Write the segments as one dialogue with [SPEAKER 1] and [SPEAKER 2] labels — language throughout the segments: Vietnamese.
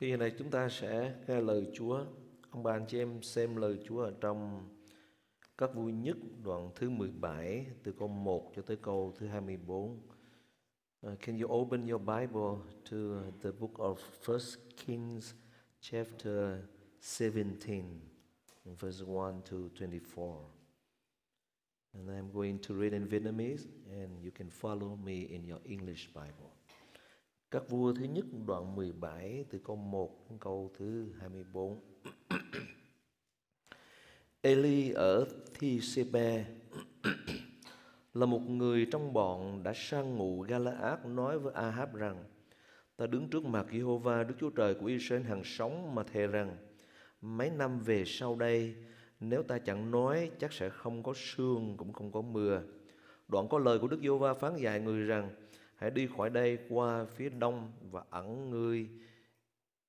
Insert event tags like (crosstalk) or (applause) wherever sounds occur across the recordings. [SPEAKER 1] Thì hiện nay chúng ta sẽ nghe lời Chúa. Ông bà anh chị em xem lời Chúa ở trong các vui nhất đoạn thứ 17 từ câu 1 cho tới câu thứ 24. Uh, can you open your Bible to the book of First Kings chapter 17 verse 1 to 24. And I'm going to read in Vietnamese and you can follow me in your English Bible. Các vua thứ nhất đoạn 17 từ câu 1 đến câu thứ 24. (clears throat) Eli ở Thi Sebe (clears throat) là một người trong bọn đã sang ngụ Galaad nói với Ahab rằng Ta đứng trước mặt Jehovah Đức Chúa Trời của Israel hàng sống mà thề rằng Mấy năm về sau đây nếu ta chẳng nói chắc sẽ không có sương cũng không có mưa Đoạn có lời của Đức Giê-hô-va phán dạy người rằng Hãy đi khỏi đây qua phía đông và ẩn ngươi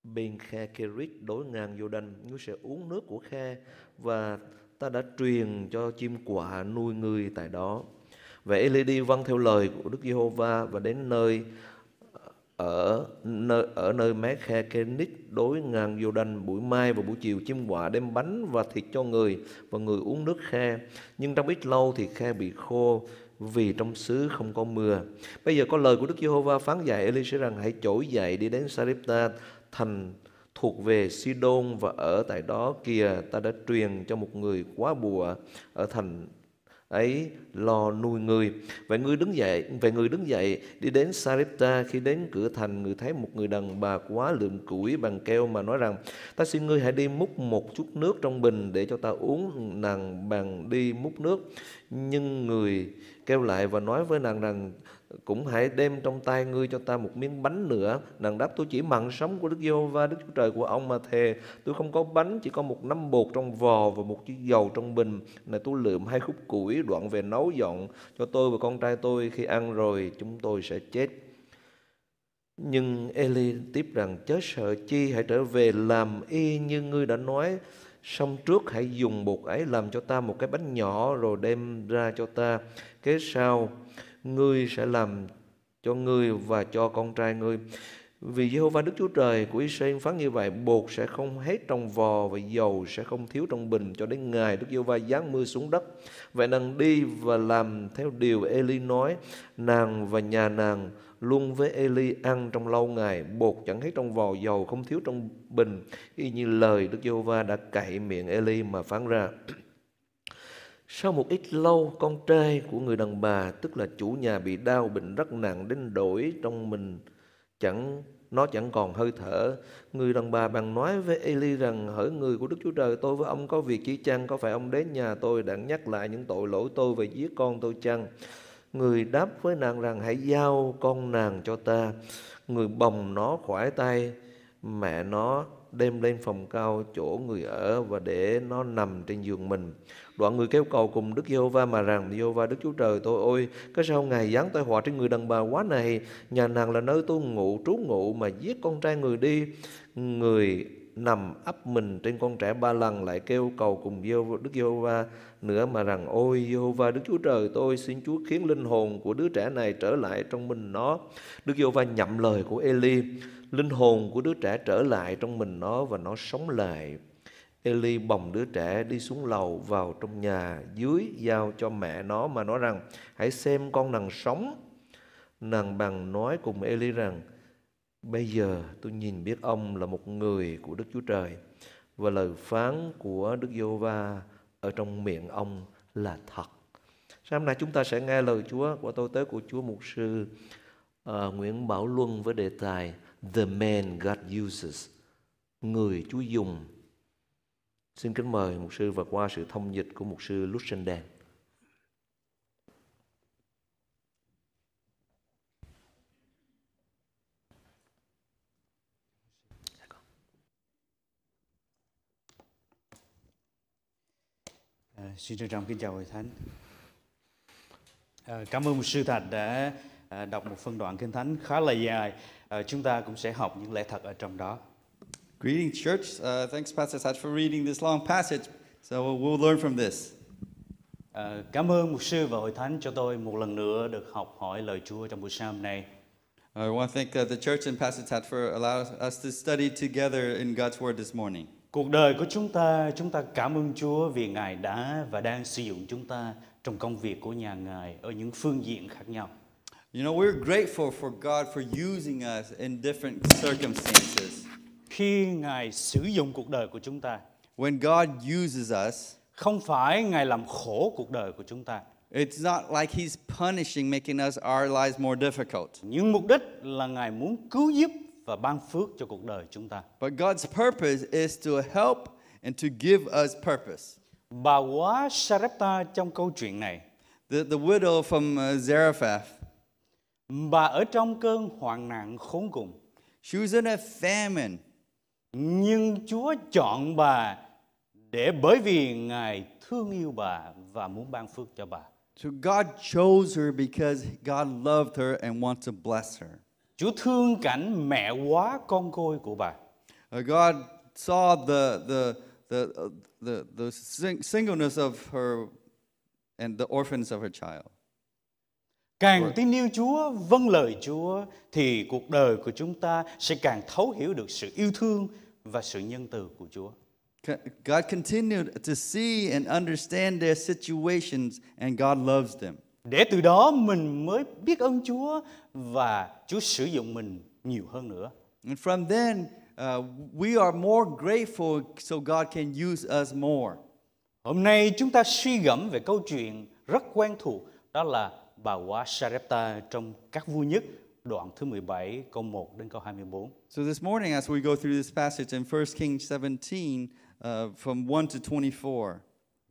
[SPEAKER 1] bên khe Kerit đối ngang vô đanh ngươi sẽ uống nước của khe và ta đã truyền cho chim quả nuôi ngươi tại đó vậy Eli đi vâng theo lời của Đức Giê-hô-va và đến nơi ở nơi ở nơi mé khe Kerit đối ngang vô đanh buổi mai và buổi chiều chim quả đem bánh và thịt cho người và người uống nước khe nhưng trong ít lâu thì khe bị khô vì trong xứ không có mưa. Bây giờ có lời của Đức Giê-hô-va phán dạy Elisha rằng hãy trỗi dậy đi đến Sarepta thành thuộc về Sidon và ở tại đó kìa ta đã truyền cho một người quá bùa ở thành ấy lo nuôi người vậy người đứng dậy vậy người đứng dậy đi đến Sarepta khi đến cửa thành người thấy một người đàn bà quá lượm củi bằng keo mà nói rằng ta xin ngươi hãy đi múc một chút nước trong bình để cho ta uống nàng bằng đi múc nước nhưng người kêu lại và nói với nàng rằng cũng hãy đem trong tay ngươi cho ta một miếng bánh nữa nàng đáp tôi chỉ mặn sống của đức giê-hô-va đức chúa trời của ông mà thề tôi không có bánh chỉ có một nắm bột trong vò và một chiếc dầu trong bình này tôi lượm hai khúc củi đoạn về nấu dọn cho tôi và con trai tôi khi ăn rồi chúng tôi sẽ chết nhưng Eli tiếp rằng chớ sợ chi hãy trở về làm y như ngươi đã nói Xong trước hãy dùng bột ấy làm cho ta một cái bánh nhỏ rồi đem ra cho ta. Kế sau ngươi sẽ làm cho ngươi và cho con trai ngươi. Vì Jehovah Đức Chúa Trời của Israel phán như vậy, bột sẽ không hết trong vò và dầu sẽ không thiếu trong bình cho đến ngày Đức Giê-hô-va giáng mưa xuống đất. Vậy nàng đi và làm theo điều Eli nói, nàng và nhà nàng luôn với Eli ăn trong lâu ngày, bột chẳng hết trong vò dầu không thiếu trong bình, y như lời Đức Giê-hô-va đã cậy miệng Eli mà phán ra. Sau một ít lâu, con trai của người đàn bà, tức là chủ nhà bị đau bệnh rất nặng đến đổi trong mình chẳng nó chẳng còn hơi thở. Người đàn bà bằng nói với Eli rằng hỡi người của Đức Chúa Trời tôi với ông có việc chi chăng có phải ông đến nhà tôi đã nhắc lại những tội lỗi tôi và giết con tôi chăng? Người đáp với nàng rằng hãy giao con nàng cho ta. Người bồng nó khỏi tay mẹ nó đem lên phòng cao chỗ người ở và để nó nằm trên giường mình. Đoạn người kêu cầu cùng Đức Giê-hô-va mà rằng Giê-hô-va Đức Chúa Trời tôi ôi, cái sao Ngài giáng tai họa trên người đàn bà quá này, nhà nàng là nơi tôi ngủ trú ngụ mà giết con trai người đi. Người nằm ấp mình trên con trẻ ba lần lại kêu cầu cùng Đức Giê-hô-va nữa mà rằng ôi Giê-hô-va Đức Chúa Trời tôi xin Chúa khiến linh hồn của đứa trẻ này trở lại trong mình nó. Đức Giê-hô-va nhậm lời của Eli, linh hồn của đứa trẻ trở lại trong mình nó và nó sống lại. Eli bồng đứa trẻ đi xuống lầu vào trong nhà dưới giao cho mẹ nó mà nói rằng hãy xem con nàng sống. Nàng bằng nói cùng Eli rằng bây giờ tôi nhìn biết ông là một người của Đức Chúa Trời và lời phán của Đức Giê-hô-va ở trong miệng ông là thật. Sáng nay chúng ta sẽ nghe lời Chúa của tôi tới của Chúa Mục sư uh, Nguyễn Bảo Luân với đề tài The Man God Uses, người Chúa dùng Xin kính mời mục sư và qua sự thông dịch của mục sư Luxenden.
[SPEAKER 2] À, xin trân trọng kính chào hội thánh. À, cảm ơn mục sư Thạch đã à, đọc một phân đoạn kinh thánh khá là dài. À, chúng ta cũng sẽ học những lẽ thật ở trong đó.
[SPEAKER 3] Greetings, church. Uh, thanks, Pastor Saj, for reading this long passage. So we'll learn from this.
[SPEAKER 2] À, cảm ơn mục sư và hội thánh cho tôi một lần nữa được học hỏi lời Chúa trong buổi sáng hôm nay.
[SPEAKER 3] I want to thank uh, the church in Passatat for allowing us to study together in God's Word this morning.
[SPEAKER 2] Cuộc đời của chúng ta, chúng ta cảm ơn Chúa vì Ngài đã và đang sử dụng chúng ta trong công việc của nhà Ngài ở những phương diện khác nhau.
[SPEAKER 3] You know, we're grateful for God for using us in different circumstances.
[SPEAKER 2] Khi Ngài sử dụng cuộc đời của chúng ta,
[SPEAKER 3] When God uses us,
[SPEAKER 2] không phải Ngài làm khổ cuộc đời của chúng ta,
[SPEAKER 3] it's not like He's punishing, making us our lives more difficult.
[SPEAKER 2] nhưng mục đích là Ngài muốn cứu giúp và ban phước cho cuộc đời chúng ta.
[SPEAKER 3] But God's purpose is to help and to give us purpose.
[SPEAKER 2] Bà quá Sarepta trong câu chuyện này,
[SPEAKER 3] The, the widow from uh, Zarephath,
[SPEAKER 2] bà ở trong cơn hoạn nạn khốn cùng,
[SPEAKER 3] she was in a famine,
[SPEAKER 2] nhưng Chúa chọn bà để bởi vì Ngài thương yêu bà và muốn ban phước cho bà.
[SPEAKER 3] so God chose her because God loved her and wants to bless her.
[SPEAKER 2] Chúa thương cảnh mẹ quá con côi của bà.
[SPEAKER 3] Uh, God saw the the the uh, the, the sing- singleness of her and the orphans of her child.
[SPEAKER 2] Càng tin yêu Chúa, vâng lời Chúa thì cuộc đời của chúng ta sẽ càng thấu hiểu được sự yêu thương và sự nhân từ của Chúa.
[SPEAKER 3] Co- God continued to see and understand their situations, and God loves them.
[SPEAKER 2] Để từ đó mình mới biết ơn Chúa và Chúa sử dụng mình nhiều hơn nữa.
[SPEAKER 3] And from then, uh, we are more grateful so God can use us more.
[SPEAKER 2] Hôm nay chúng ta suy gẫm về câu chuyện rất quen thuộc đó là bà quá Sarepta trong các vua nhất đoạn thứ 17 câu 1 đến câu 24.
[SPEAKER 3] So this morning, as we go through this passage in 1 Kings 17, uh, from 1 to 24.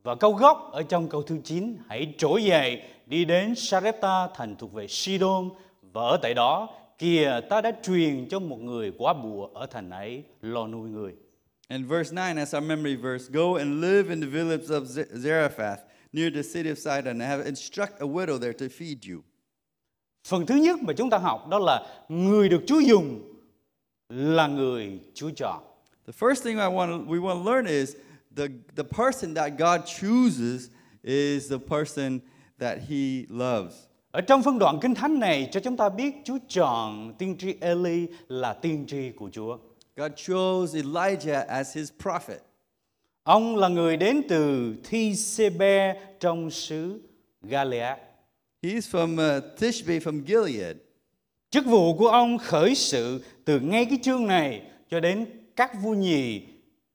[SPEAKER 2] Và câu gốc ở trong câu thứ 9 Hãy trỗi dậy đi đến Sarepta thành thuộc về Sidon Và ở tại đó kìa ta đã truyền cho một người quá bùa ở thành ấy lo nuôi người
[SPEAKER 3] And verse 9, that's our memory verse. Go and live in the village of Za- Zarephath, near the city of Sidon, and have instruct a widow there to feed you.
[SPEAKER 2] Phần thứ nhất mà chúng ta học đó là Người được Chúa dùng là người Chúa chọn
[SPEAKER 3] The first thing I want we want to learn is the, the person that God chooses is the person that he loves.
[SPEAKER 2] Ở trong phân đoạn Kinh Thánh này cho chúng ta biết Chúa chọn tiên tri Eli là tiên tri của Chúa
[SPEAKER 3] God chose Elijah as his prophet.
[SPEAKER 2] Ông là người đến từ Thi Sebe trong xứ Galiad
[SPEAKER 3] He's from uh, Tishbe from Gilead.
[SPEAKER 2] Chức vụ của ông khởi sự từ ngay cái chương này cho đến các vua nhì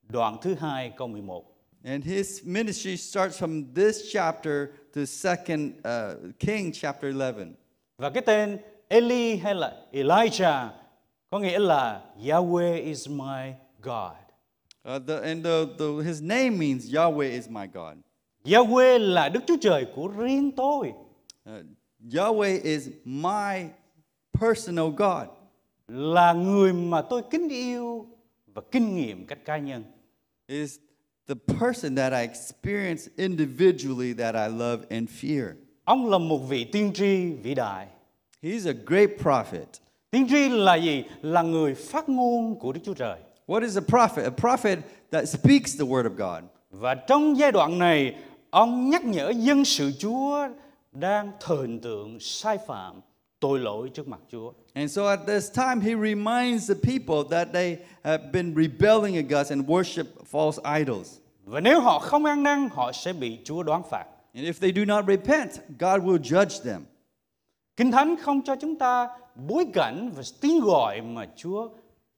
[SPEAKER 2] đoạn thứ hai câu 11.
[SPEAKER 3] And his ministry starts from this chapter to second uh, King chapter 11.
[SPEAKER 2] Và cái tên Eli hay là Elijah có nghĩa là Yahweh is my God.
[SPEAKER 3] Uh, the, and the, the, his name means Yahweh is my God.
[SPEAKER 2] Yahweh là Đức Chúa Trời của riêng tôi.
[SPEAKER 3] Uh, Yahweh is my personal God.
[SPEAKER 2] Là người mà tôi kính yêu và kinh nghiệm cách cá nhân.
[SPEAKER 3] Is the person that I experience individually that I love and fear.
[SPEAKER 2] Ông là một vị tiên tri vĩ đại.
[SPEAKER 3] He's a great prophet.
[SPEAKER 2] Tiên tri là gì? Là người phát ngôn của Đức Chúa Trời.
[SPEAKER 3] What is a prophet? A prophet that speaks the word of God.
[SPEAKER 2] Và trong giai đoạn này, ông nhắc nhở dân sự Chúa đang thờ hình tượng sai phạm, tội lỗi trước mặt Chúa.
[SPEAKER 3] And so at this time, he reminds the people that they have been rebelling against and worship false idols.
[SPEAKER 2] Và nếu họ không ăn năn, họ sẽ bị Chúa đoán phạt.
[SPEAKER 3] And if they do not repent, God will judge them.
[SPEAKER 2] Kinh Thánh không cho chúng ta bối cảnh và tiếng gọi mà Chúa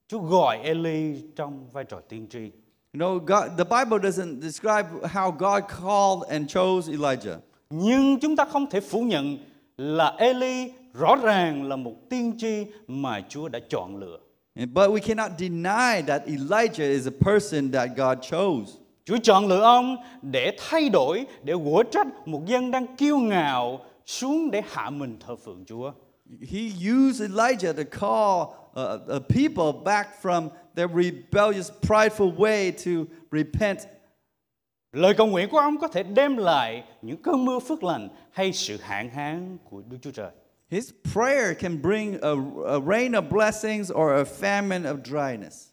[SPEAKER 2] Chúa gọi Eli trong vai trò tiên tri.
[SPEAKER 3] You know, God, the Bible doesn't describe how God called and chose Elijah.
[SPEAKER 2] Nhưng chúng ta không thể phủ nhận là Eli rõ ràng là một tiên tri mà Chúa đã chọn lựa.
[SPEAKER 3] And- But we cannot deny that Elijah is a person that God chose.
[SPEAKER 2] Chúa chọn lựa ông để thay đổi, để quở trách một dân đang kiêu ngạo xuống để hạ mình thờ phượng Chúa.
[SPEAKER 3] He used Elijah to call uh, a people back from their rebellious, prideful way to repent.
[SPEAKER 2] Lời cầu nguyện của ông có thể đem lại những cơn mưa phước lành hay sự hạn hán của Đức Chúa Trời.
[SPEAKER 3] His prayer can bring a, a rain of blessings or a famine of dryness.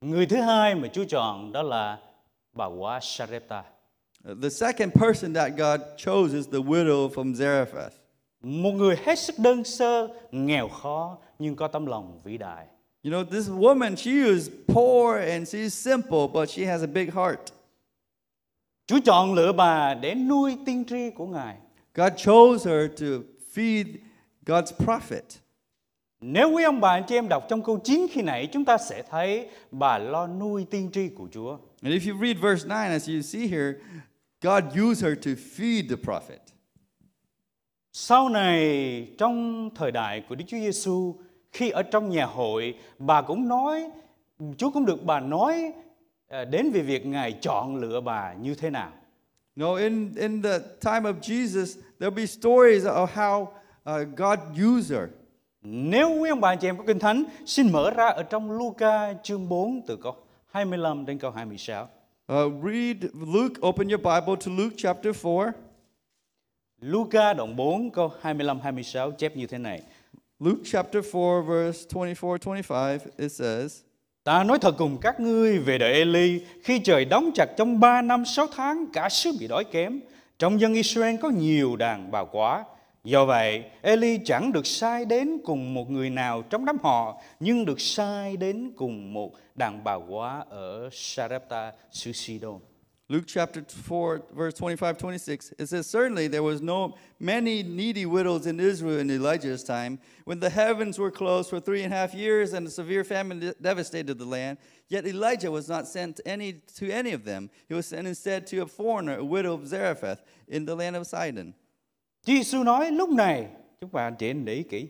[SPEAKER 2] Người thứ hai mà Chúa chọn đó là bà quá Sarepta.
[SPEAKER 3] Uh, The second person that God chose is the widow from Zarephath.
[SPEAKER 2] một người hết sức đơn sơ, nghèo khó nhưng có tấm lòng vĩ đại.
[SPEAKER 3] You know, this woman, she is poor and she's simple, but she has a big heart.
[SPEAKER 2] Chúa chọn lựa bà để nuôi tiên tri của Ngài.
[SPEAKER 3] God chose her to feed God's prophet.
[SPEAKER 2] Nếu quý ông bà anh chị em đọc trong câu 9 khi nãy chúng ta sẽ thấy bà lo nuôi tiên tri của Chúa.
[SPEAKER 3] And if you read verse 9, as you see here, God used her to feed the prophet.
[SPEAKER 2] Sau này trong thời đại của Đức Chúa Giêsu khi ở trong nhà hội bà cũng nói Chúa cũng được bà nói ờ, đến về việc Ngài chọn lựa bà như thế nào.
[SPEAKER 3] You know, in, in the time of Jesus, there'll be stories of how uh, God used her.
[SPEAKER 2] Nếu quý ông bà anh chị em có kinh thánh, xin mở ra ở trong Luca chương 4 từ câu 25 đến câu 26.
[SPEAKER 3] Uh, read Luke, open your Bible to Luke chapter 4.
[SPEAKER 2] Luca đoạn 4 câu 25 26 chép như thế này.
[SPEAKER 3] Luke chapter 4, verse 24 25, it says,
[SPEAKER 2] Ta nói thật cùng các ngươi về đời Eli, khi trời đóng chặt trong 3 năm 6 tháng cả xứ bị đói kém, trong dân Israel có nhiều đàn bà quá. Do vậy, Eli chẳng được sai đến cùng một người nào trong đám họ, nhưng được sai đến cùng một đàn bà quá ở Sarepta xứ Sidon.
[SPEAKER 3] Luke chapter 4, verse 25 26, it says, Certainly there was no many needy widows in Israel in Elijah's time, when the heavens were closed for three and a half years and a severe famine de- devastated the land. Yet Elijah was not sent any to any of them. He was sent instead to a foreigner, a widow of Zarephath, in the land of Sidon.
[SPEAKER 2] Chúa Giêsu nói lúc này, chúng bạn anh chị em để ý kỹ.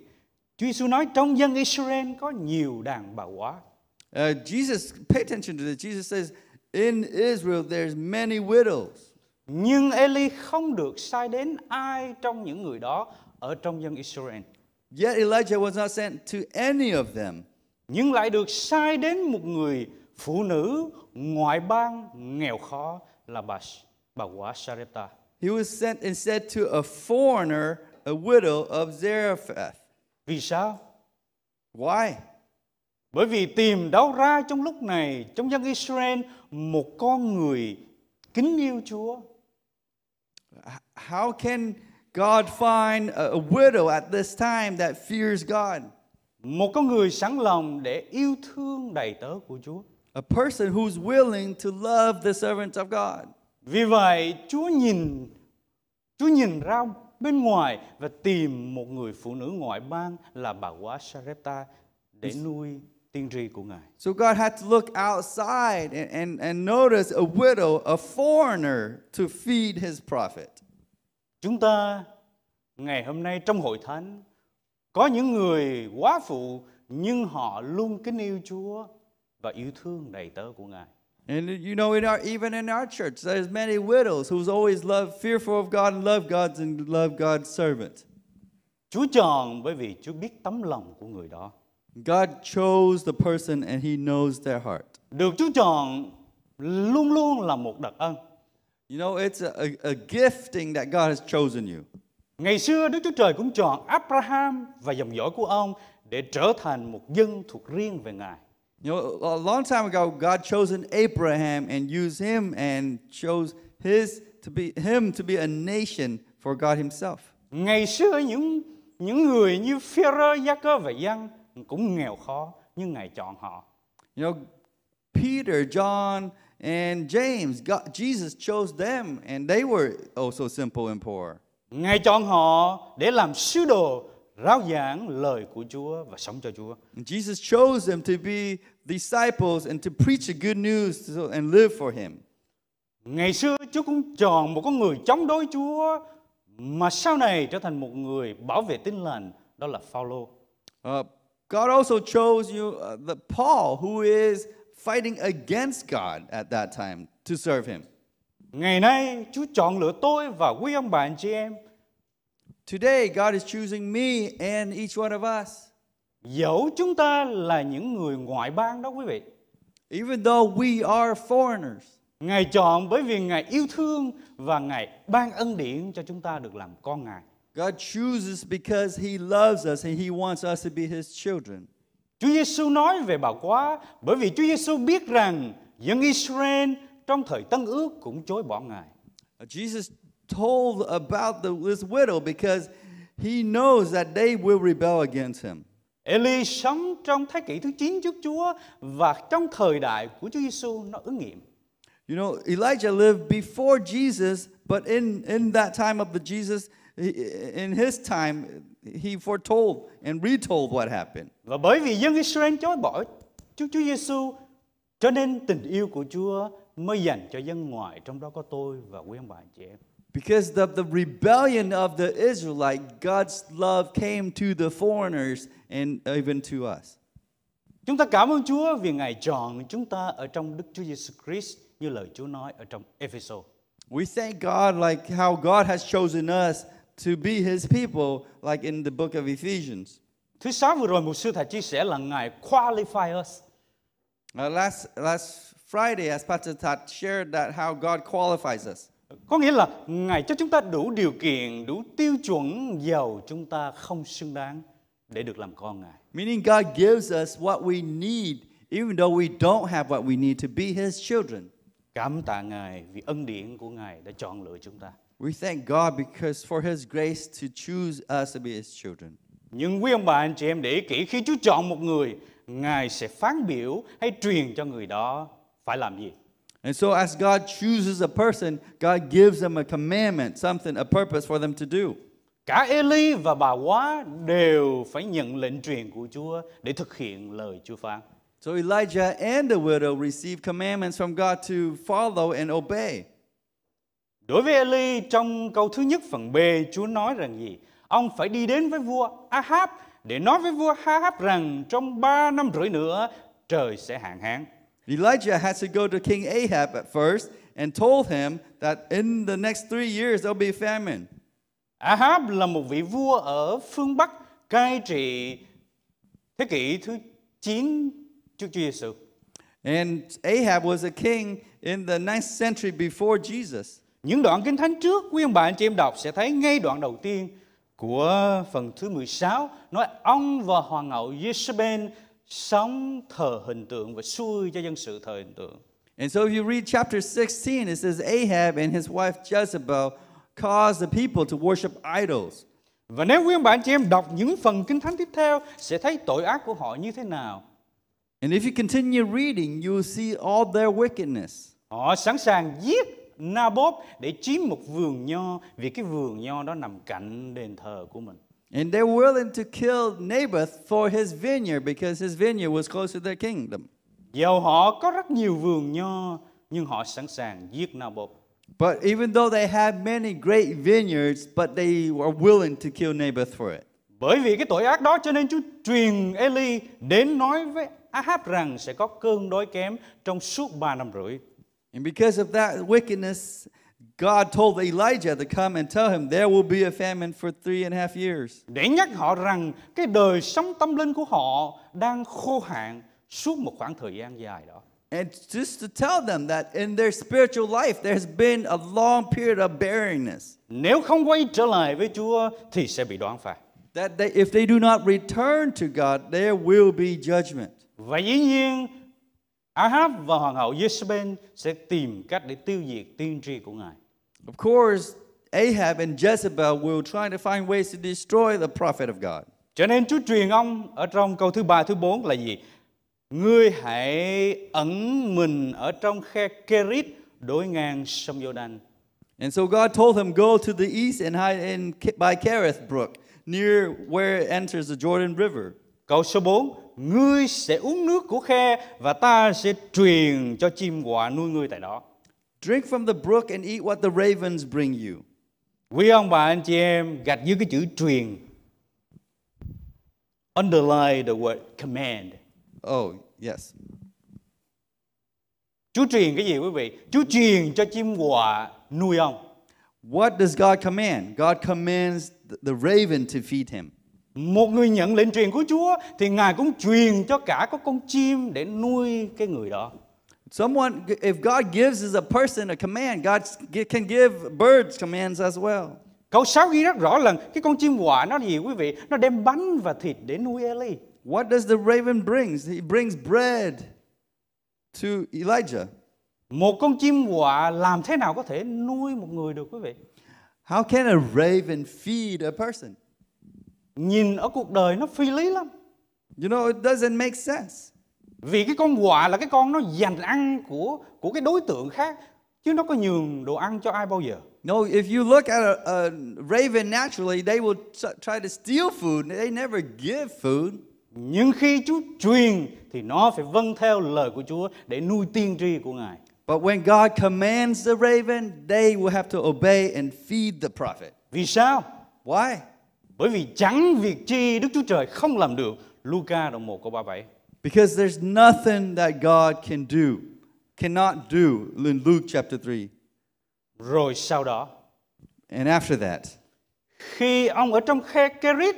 [SPEAKER 2] Chúa Giêsu nói trong dân Israel có nhiều đàn bà quá.
[SPEAKER 3] Uh, Jesus, pay attention to this. Jesus says, In Israel there's many widows.
[SPEAKER 2] Nhưng Eli không được sai đến ai trong những người đó ở trong dân Israel.
[SPEAKER 3] Yet Elijah was not sent to any of them.
[SPEAKER 2] Nhưng lại được sai đến một người phụ nữ ngoại bang nghèo khó là bà bà quả Sarepta.
[SPEAKER 3] He was sent instead to a foreigner, a widow of Zarephath.
[SPEAKER 2] Vì sao?
[SPEAKER 3] Why?
[SPEAKER 2] Bởi vì tìm đâu ra trong lúc này trong dân Israel một con người kính yêu Chúa,
[SPEAKER 3] How can God find a a widow at this time that fears God?
[SPEAKER 2] một con người sẵn lòng để yêu thương đầy tớ của Chúa.
[SPEAKER 3] A person who's willing to love the servants of God.
[SPEAKER 2] Vì vậy Chúa nhìn Chúa nhìn ra bên ngoài và tìm một người phụ nữ ngoại bang là bà quá Sarepta để nuôi tiên tri của Ngài.
[SPEAKER 3] So God had to look outside and, and, and notice a widow, a foreigner, to feed his prophet.
[SPEAKER 2] Chúng ta ngày hôm nay trong hội thánh có những người quá phụ nhưng họ luôn kính yêu Chúa và yêu thương đầy tớ của Ngài.
[SPEAKER 3] And you know, in our, even in our church, there's many widows who's always love, fearful of God and love God's and love God's servant.
[SPEAKER 2] Chúa chọn bởi vì Chúa biết tấm lòng của người đó.
[SPEAKER 3] God chose the person and he knows their heart.
[SPEAKER 2] Được Chúa chọn luôn luôn là một đặc ân.
[SPEAKER 3] You know, it's a, a, a gifting that God has chosen you.
[SPEAKER 2] Ngày xưa Đức Chúa Trời cũng chọn Abraham và dòng dõi của ông để trở thành một dân thuộc riêng về Ngài.
[SPEAKER 3] You know, a long time ago, God chosen Abraham and used him and chose his to be him to be a nation for God Himself.
[SPEAKER 2] Ngày xưa những những người như Phêrô, Gia-cơ và Giăng cũng nghèo khó nhưng Ngài chọn họ.
[SPEAKER 3] You know, Peter, John, and James, God, Jesus chose them, and they were also simple and poor.
[SPEAKER 2] Ngài chọn họ để làm sứ đồ rao giảng lời của Chúa và sống cho Chúa.
[SPEAKER 3] And Jesus chose them to be disciples and to preach the good news to- and live for Him.
[SPEAKER 2] Ngày xưa Chúa cũng chọn một con người chống đối Chúa mà sau này trở thành một người bảo vệ tin lành đó là Phaolô.
[SPEAKER 3] Uh, God also chose you, uh, the Paul, who is fighting against God at that time to serve Him.
[SPEAKER 2] Ngày nay Chúa chọn lựa tôi và quý ông bà anh chị em
[SPEAKER 3] Today, God is choosing me and each one of us.
[SPEAKER 2] Dẫu chúng ta là những người ngoại bang đó quý vị
[SPEAKER 3] Even though we are foreigners,
[SPEAKER 2] Ngài chọn bởi vì Ngài yêu thương Và Ngài ban ân điển cho chúng ta được làm con Ngài
[SPEAKER 3] God chooses because He loves us and He wants us to be His children.
[SPEAKER 2] Chúa Giêsu nói về bà quá Bởi vì Chúa Giêsu biết rằng Dân Israel trong thời Tân Ước cũng chối bỏ Ngài
[SPEAKER 3] Uh, Jesus told about the, this widow because He knows that they will rebel against him.
[SPEAKER 2] Eli sống trong thế kỷ thứ 9 trước Chúa và trong thời đại của Chúa Giêsu nó ứng nghiệm.
[SPEAKER 3] You know, Elijah lived before Jesus, but in, in that time of the Jesus, he- in his time, he foretold and retold what happened.
[SPEAKER 2] Và bởi vì dân Israel chối bỏ Chúa Chúa Giêsu cho nên tình yêu của Chúa mới dành cho dân ngoài trong đó có tôi và quý ông bà anh chị em.
[SPEAKER 3] Because of the rebellion of the Israelite, God's love came to the foreigners and even to us.
[SPEAKER 2] Chúng ta cảm ơn Chúa vì Ngài chọn chúng ta ở trong Đức Chúa Giêsu Christ như lời Chúa nói ở trong Ephesos.
[SPEAKER 3] We thank God like how God has chosen us to be his people, like in the book of Ephesians.
[SPEAKER 2] Thứ sáu vừa rồi mục sư thầy chia sẻ là Ngài qualify us.
[SPEAKER 3] Uh, last, last Friday, as Pastor Todd shared that how God qualifies us.
[SPEAKER 2] Có nghĩa là Ngài cho chúng ta đủ điều kiện, đủ tiêu chuẩn giàu chúng ta không xứng đáng để được làm con Ngài.
[SPEAKER 3] Meaning God gives us what we need, even though we don't have what we need to be his children.
[SPEAKER 2] Cảm tạ Ngài vì ân điển của Ngài đã chọn lựa chúng ta.
[SPEAKER 3] We thank God because for his grace to choose us to be his children.
[SPEAKER 2] Nhưng quý ông bà anh chị em để ý kỹ khi Chúa chọn một người, Ngài sẽ phán biểu hay truyền cho người đó phải làm gì.
[SPEAKER 3] And so as God chooses a person, God gives them a commandment, something, a purpose for them to do.
[SPEAKER 2] Cả Eli và bà Quá đều phải nhận lệnh truyền của Chúa để thực hiện lời Chúa phán.
[SPEAKER 3] So Elijah and the widow received commandments from God to follow and obey.
[SPEAKER 2] Đối với Eli trong câu thứ nhất phần B Chúa nói rằng gì? Ông phải đi đến với vua Ahab để nói với vua Ahab rằng trong 3 năm rưỡi nữa trời sẽ hạn hán.
[SPEAKER 3] Elijah had to go to King Ahab at first and told him that in the next three years there'll be famine.
[SPEAKER 2] Ahab là một vị vua ở phương Bắc cai trị thế kỷ thứ 9 trước Chúa Giêsu.
[SPEAKER 3] And Ahab was a king in the ninth century before Jesus.
[SPEAKER 2] Những đoạn Kinh Thánh trước quý ông bà anh chị em đọc sẽ thấy ngay đoạn đầu tiên của phần thứ 16 nói ông và hoàng hậu Jezebel sống thờ hình tượng và xuôi cho dân sự thờ hình tượng.
[SPEAKER 3] And so if you read chapter 16, it says Ahab and his wife Jezebel caused the people to worship idols.
[SPEAKER 2] Và nếu quý ông bà anh chị em đọc những phần kinh thánh tiếp theo sẽ thấy tội ác của họ như thế nào.
[SPEAKER 3] And if you continue reading, you will see all their wickedness.
[SPEAKER 2] Họ sẵn sàng giết Naboth để chiếm một vườn nho vì cái vườn nho đó nằm cạnh đền thờ của mình.
[SPEAKER 3] And they're willing to kill Naboth for his vineyard because his vineyard was close to their kingdom.
[SPEAKER 2] Dầu họ có rất nhiều vườn nho nhưng họ sẵn sàng giết Naboth.
[SPEAKER 3] But even though they had many great vineyards, but they were willing to kill Naboth for it.
[SPEAKER 2] Bởi vì cái tội ác đó cho nên Chúa truyền Eli đến nói với Ahab rằng sẽ có cơn đói kém trong suốt 3 năm rưỡi.
[SPEAKER 3] And because of that wickedness, God told Elijah to come and tell him there will be a famine for three and a half years.
[SPEAKER 2] để nhắc họ rằng cái đời sống tâm linh của họ đang khô hạn suốt một khoảng thời gian dài đó.
[SPEAKER 3] And just to tell them that in their spiritual life, there's been a long period of barrenness.
[SPEAKER 2] Nếu không quay trở lại với Chúa thì sẽ bị đoán phạt.
[SPEAKER 3] That they, if they do not return to God, there will be judgment.
[SPEAKER 2] Và dĩ nhiên Ahab và hoàng hậu Jezebel sẽ tìm cách để tiêu diệt tiên tri của Ngài.
[SPEAKER 3] Of course, Ahab and Jezebel will try to find ways to destroy the prophet of God.
[SPEAKER 2] Cho nên Chúa truyền ông ở trong câu thứ ba thứ bốn là gì? Ngươi hãy ẩn mình ở trong khe Kerit đối ngang sông Giô-đanh
[SPEAKER 3] And so God told him, Go to the east and hide in, by Kerith Brook, near where it enters the Jordan River.
[SPEAKER 2] Câu số 4 Ngươi sẽ uống nước của khe Và ta sẽ truyền cho chim quạ nuôi ngươi tại đó
[SPEAKER 3] Drink from the brook and eat what the ravens bring you.
[SPEAKER 2] Quý ông bà anh chị em gạch dưới cái chữ truyền Underline the word command
[SPEAKER 3] Oh, yes.
[SPEAKER 2] Chúa truyền cái gì quý vị? Chúa truyền cho chim quạ nuôi ông
[SPEAKER 3] What does God command? God commands th- the raven to feed him.
[SPEAKER 2] Một người nhận lệnh truyền của Chúa Thì Ngài cũng truyền cho cả các con chim Để nuôi cái người đó
[SPEAKER 3] Someone, if God gives us a person a command, God s- gi- can give birds commands as well.
[SPEAKER 2] Câu 6 ghi rất rõ là Cái con chim quạ nó là gì quý vị? Nó đem bánh và thịt để nuôi Eli
[SPEAKER 3] What does the raven brings? He brings bread to Elijah.
[SPEAKER 2] Một con chim quạ làm thế nào có thể nuôi một người được quý vị?
[SPEAKER 3] How can a raven feed a person?
[SPEAKER 2] nhìn ở cuộc đời nó phi lý lắm
[SPEAKER 3] You know, it doesn't make sense.
[SPEAKER 2] vì cái con quạ là cái con nó giành ăn của của cái đối tượng khác chứ nó có nhường đồ ăn cho ai bao giờ
[SPEAKER 3] No, if you look at a, a raven naturally, they will t- try to steal food. They never give food.
[SPEAKER 2] nhưng khi Chúa truyền thì nó phải vâng theo lời của Chúa để nuôi tiên tri của Ngài
[SPEAKER 3] But when God commands the raven, they will have to obey and feed the prophet.
[SPEAKER 2] vì sao
[SPEAKER 3] Why?
[SPEAKER 2] bởi vì chẳng việc chi Đức Chúa Trời không làm được Luca đoạn 1 câu 37
[SPEAKER 3] Because there's nothing that God can do, cannot do in Luke chapter 3.
[SPEAKER 2] rồi sau đó
[SPEAKER 3] And after that,
[SPEAKER 2] khi ông ở trong khe Kerit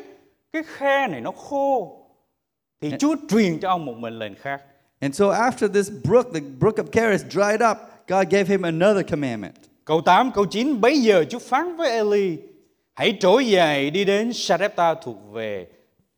[SPEAKER 2] cái khe này nó khô thì Chúa truyền cho ông một mệnh lệnh khác
[SPEAKER 3] and so after this brook, the brook of Keris dried up, God gave him another commandment.
[SPEAKER 2] Câu 8, câu 9 Bây giờ Chúa phán với Eli Hãy trỗi dậy đi đến Sarepta thuộc về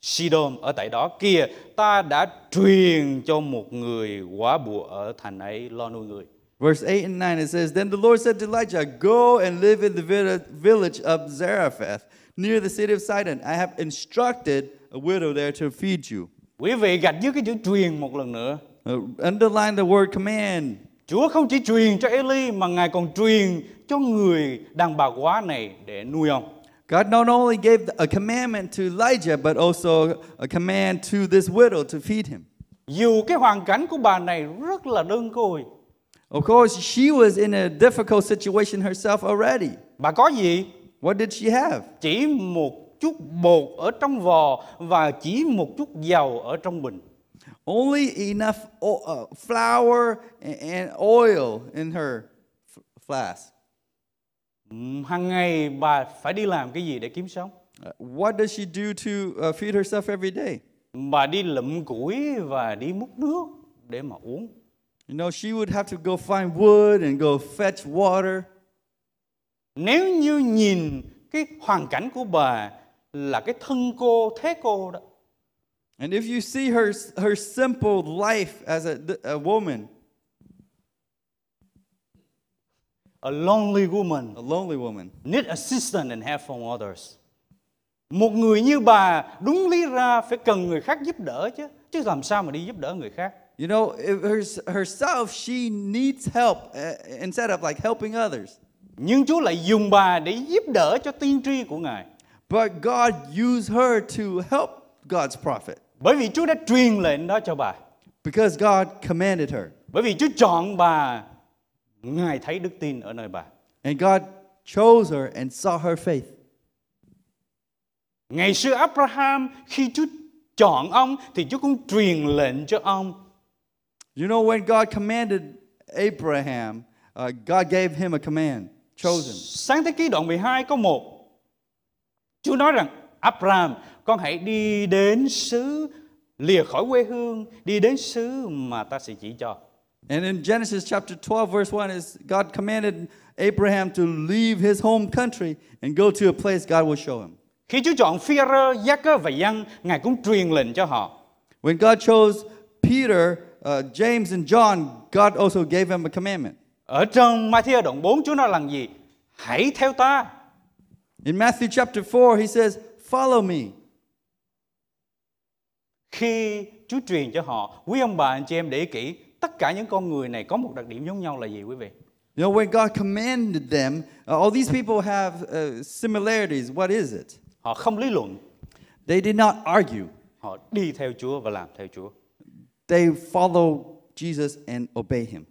[SPEAKER 2] Sidon Ở tại đó kia ta đã truyền cho một người quá bùa ở thành ấy lo nuôi người
[SPEAKER 3] Verse 8 and 9 it says, Then the Lord said to Elijah, Go and live in the vil- village of Zarephath, near the city of Sidon. I have instructed a widow there to feed you.
[SPEAKER 2] Quý vị gạch dưới cái chữ truyền một lần nữa
[SPEAKER 3] Uh, underline the word command.
[SPEAKER 2] Chúa không chỉ truyền cho Eli mà Ngài còn truyền cho người đàn bà quá này để nuôi ông
[SPEAKER 3] God not only gave a commandment to Elijah, but also a command to this widow to feed him.
[SPEAKER 2] Dù cái hoàn cảnh của bà này rất là đơn côi
[SPEAKER 3] Of course, she was in a difficult situation herself already.
[SPEAKER 2] Bà có gì?
[SPEAKER 3] What did she have?
[SPEAKER 2] Chỉ một chút bột ở trong vò và chỉ một chút dầu ở trong bình
[SPEAKER 3] Only enough o- uh, flour and- and oil in her f- flask.
[SPEAKER 2] Ừm, hàng ngày bà phải đi làm cái gì để kiếm sống
[SPEAKER 3] Uh, What does she do to uh, feed herself every day?
[SPEAKER 2] bà đi lụm củi và đi múc nước để mà uống
[SPEAKER 3] You know, she would have to go find wood and go fetch water.
[SPEAKER 2] nếu như nhìn cái hoàn cảnh của bà là cái thân cô thế cô đó
[SPEAKER 3] And if you see her, her simple life as a, a woman,
[SPEAKER 2] a lonely woman
[SPEAKER 3] a lonely woman,
[SPEAKER 2] need assistance and help from others một người như bà đúng lý ra phải cần người khác giúp đỡ chứ chứ làm sao mà đi giúp đỡ người khác
[SPEAKER 3] you know, if her, herself, she needs help uh, instead of like helping others.
[SPEAKER 2] nhưng Chúa lại dùng bà để giúp đỡ cho tiên tri của Ngài
[SPEAKER 3] But God used her to help God's prophet
[SPEAKER 2] bởi vì Chúa đã truyền lệnh đó cho bà
[SPEAKER 3] because God commanded her.
[SPEAKER 2] Bởi vì Chúa chọn bà, Ngài thấy đức tin ở nơi bà.
[SPEAKER 3] And God chose her and saw her faith.
[SPEAKER 2] Ngày xưa Abraham khi Chúa chọn ông thì Chúa cũng truyền lệnh cho ông.
[SPEAKER 3] You know, when God commanded Abraham, uh, God gave him a command, chose him.
[SPEAKER 2] Sáng thế ký đoạn 12 câu 1. Chúa nói rằng Abraham con hãy đi đến xứ lìa khỏi quê hương, đi đến xứ mà ta sẽ chỉ cho.
[SPEAKER 3] And in Genesis chapter 12, verse 1, is God commanded Abraham to leave his home country and go to a place God will show him.
[SPEAKER 2] Khi Chúa chọn Phi-e-rơ, Gia-cơ và Giăng, Ngài cũng truyền lệnh cho họ.
[SPEAKER 3] When God chose Peter, uh, James, and John, God also gave him a commandment.
[SPEAKER 2] Ở trong Ma-thi-ơ đoạn 4 Chúa nói rằng gì? Hãy theo ta.
[SPEAKER 3] In Matthew chapter 4, he says, Follow me.
[SPEAKER 2] khi Chúa truyền cho họ, quý ông bà anh chị em để ý kỹ, tất cả những con người này có một đặc điểm giống nhau là gì quý vị?
[SPEAKER 3] You know, when God commanded them, uh, all these people have uh, similarities. What is it?
[SPEAKER 2] Họ không lý luận,
[SPEAKER 3] They did not argue,
[SPEAKER 2] họ đi theo Chúa và làm theo Chúa.
[SPEAKER 3] they follow Jesus and obey him.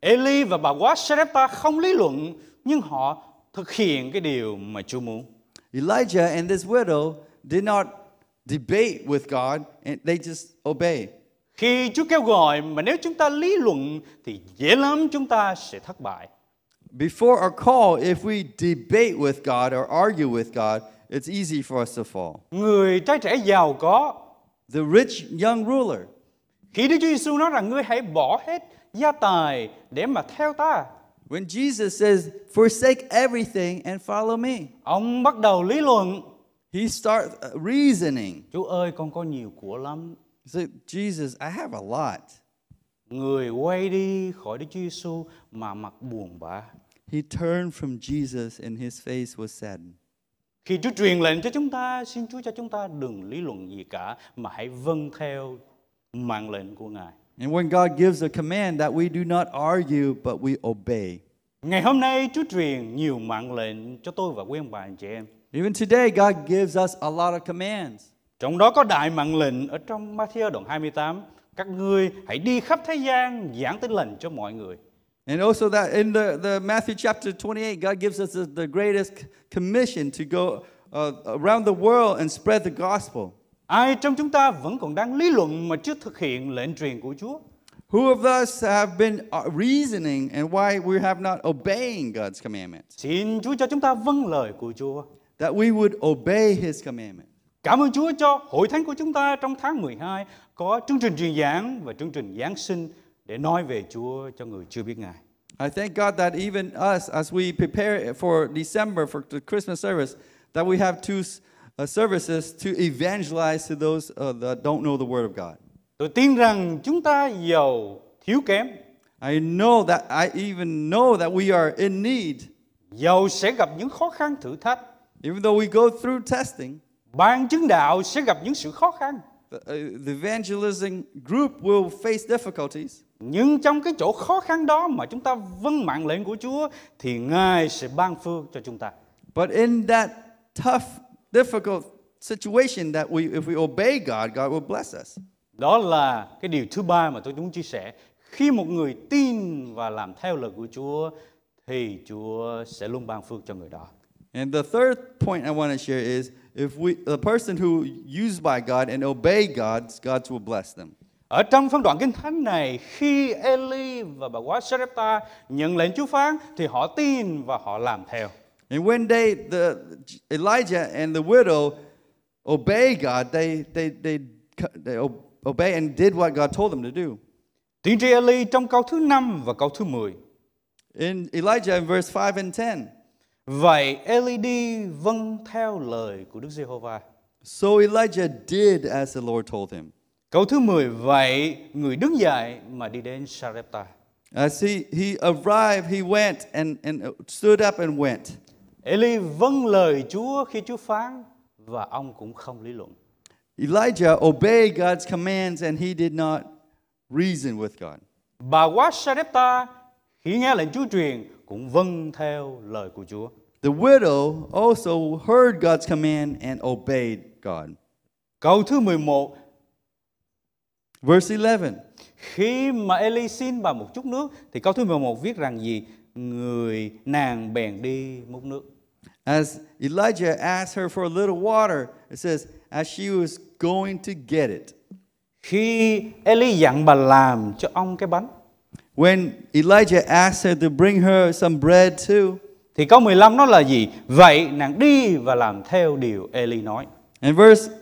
[SPEAKER 2] Eli và bà quá Sarepta không lý luận, nhưng họ thực hiện cái điều mà Chúa muốn.
[SPEAKER 3] Elijah and this widow did not debate with God, and they just obey.
[SPEAKER 2] Khi Chúa kêu gọi mà nếu chúng ta lý luận thì dễ lắm chúng ta sẽ thất bại.
[SPEAKER 3] Before our call, if we debate with God or argue with God, it's easy for us to fall.
[SPEAKER 2] Người trai trẻ giàu có,
[SPEAKER 3] The rich young ruler,
[SPEAKER 2] khi Đức Chúa Giêsu nói rằng ngươi hãy bỏ hết gia tài để mà theo ta,
[SPEAKER 3] when Jesus says, Forsake everything and follow me,
[SPEAKER 2] ông bắt đầu lý luận
[SPEAKER 3] he starts reasoning.
[SPEAKER 2] Chúa ơi con có nhiều của lắm
[SPEAKER 3] He's like, Jesus, I have a lot.
[SPEAKER 2] Người quay đi khỏi Đức Chúa Giêsu mà mặt buồn bã
[SPEAKER 3] He turned from Jesus and his face was saddened.
[SPEAKER 2] Khi Chúa truyền lệnh cho chúng ta, xin Chúa cho chúng ta đừng lý luận gì cả mà hãy vâng theo mạng lệnh của Ngài.
[SPEAKER 3] And when God gives a command, that we do not argue, but we obey.
[SPEAKER 2] Ngày hôm nay Chúa truyền nhiều mạng lệnh cho tôi và quý ông bà anh chị em.
[SPEAKER 3] Even today, God gives us a lot of commands.
[SPEAKER 2] Trong đó có đại mạng lệnh ở trong Matthew đoạn 28, các ngươi hãy đi khắp thế gian giảng tin lành cho mọi người.
[SPEAKER 3] And also that in the, the Matthew chapter 28, God gives us the, the greatest commission to go uh, around the world and spread the gospel.
[SPEAKER 2] Ai trong chúng ta vẫn còn đang lý luận mà chưa thực hiện lệnh truyền của Chúa?
[SPEAKER 3] Who of us have been uh, reasoning and why we have not obeying God's commandments?
[SPEAKER 2] Xin Chúa cho chúng ta vâng lời của Chúa.
[SPEAKER 3] That we would obey His commandment.
[SPEAKER 2] Cảm ơn Chúa cho hội thánh của chúng ta trong tháng 12 có chương trình truyền giảng và chương trình Giáng sinh để nói về Chúa cho người chưa biết Ngài.
[SPEAKER 3] I thank God that even us, as we prepare for December for the Christmas service, that we have two s- uh, services to evangelize to those uh, that don't know the Word of God.
[SPEAKER 2] Tôi tin rằng chúng ta giàu thiếu kém,
[SPEAKER 3] I know that I even know that we are in need,
[SPEAKER 2] giàu sẽ gặp những khó khăn thử thách,
[SPEAKER 3] even though we go through testing.
[SPEAKER 2] ban chứng đạo sẽ gặp những sự khó khăn.
[SPEAKER 3] The, uh, the evangelism group will face difficulties,
[SPEAKER 2] Nhưng trong cái chỗ khó khăn đó mà chúng ta vâng mạng lệnh của Chúa thì Ngài sẽ ban phước cho chúng ta.
[SPEAKER 3] but in that tough, difficult situation, that we, if we obey God, God will bless us.
[SPEAKER 2] Đó là cái điều thứ ba mà tôi muốn chia sẻ. Khi một người tin và làm theo lời của Chúa thì Chúa sẽ luôn ban phước cho người đó.
[SPEAKER 3] And the third point I want to share is if we the person who used by God and obey God, God will bless them.
[SPEAKER 2] Ở trong phân đoạn kinh thánh này, khi Eli và bà quá Sarepta nhận lệnh Chúa phán thì họ tin và họ làm theo.
[SPEAKER 3] And one day the Elijah and the widow obey God. They they they they o- obey and did what God told them to do.
[SPEAKER 2] Tiên tri Eli trong câu thứ 5 và câu thứ 10.
[SPEAKER 3] In Elijah in verse 5 and 10.
[SPEAKER 2] Vậy Eli đi vâng theo lời của Đức Giê-hô-va.
[SPEAKER 3] So Elijah did as the Lord told him.
[SPEAKER 2] Câu thứ 10 vậy người đứng dậy mà đi đến Sarepta.
[SPEAKER 3] As he, he arrived, he went and, and stood up and went.
[SPEAKER 2] Eli vâng lời Chúa khi Chúa phán và ông cũng không lý luận.
[SPEAKER 3] Elijah obeyed God's commands and he did not reason with God.
[SPEAKER 2] Bà quá Sarepta khi nghe lệnh Chúa truyền cũng vâng theo lời của Chúa.
[SPEAKER 3] The widow also heard God's command and obeyed God.
[SPEAKER 2] Câu thứ 11
[SPEAKER 3] Verse 11
[SPEAKER 2] Khi mà Eli xin bà một chút nước thì câu thứ 11 viết rằng gì? Người nàng bèn đi múc nước.
[SPEAKER 3] As Elijah asked her for a little water, it says, as she was going to get it.
[SPEAKER 2] Khi Eli dặn bà làm cho ông cái bánh
[SPEAKER 3] When Elijah asked her to bring her some bread too,
[SPEAKER 2] thì câu 15 nó là gì? Vậy nàng đi và làm theo điều Eli nói.
[SPEAKER 3] in verse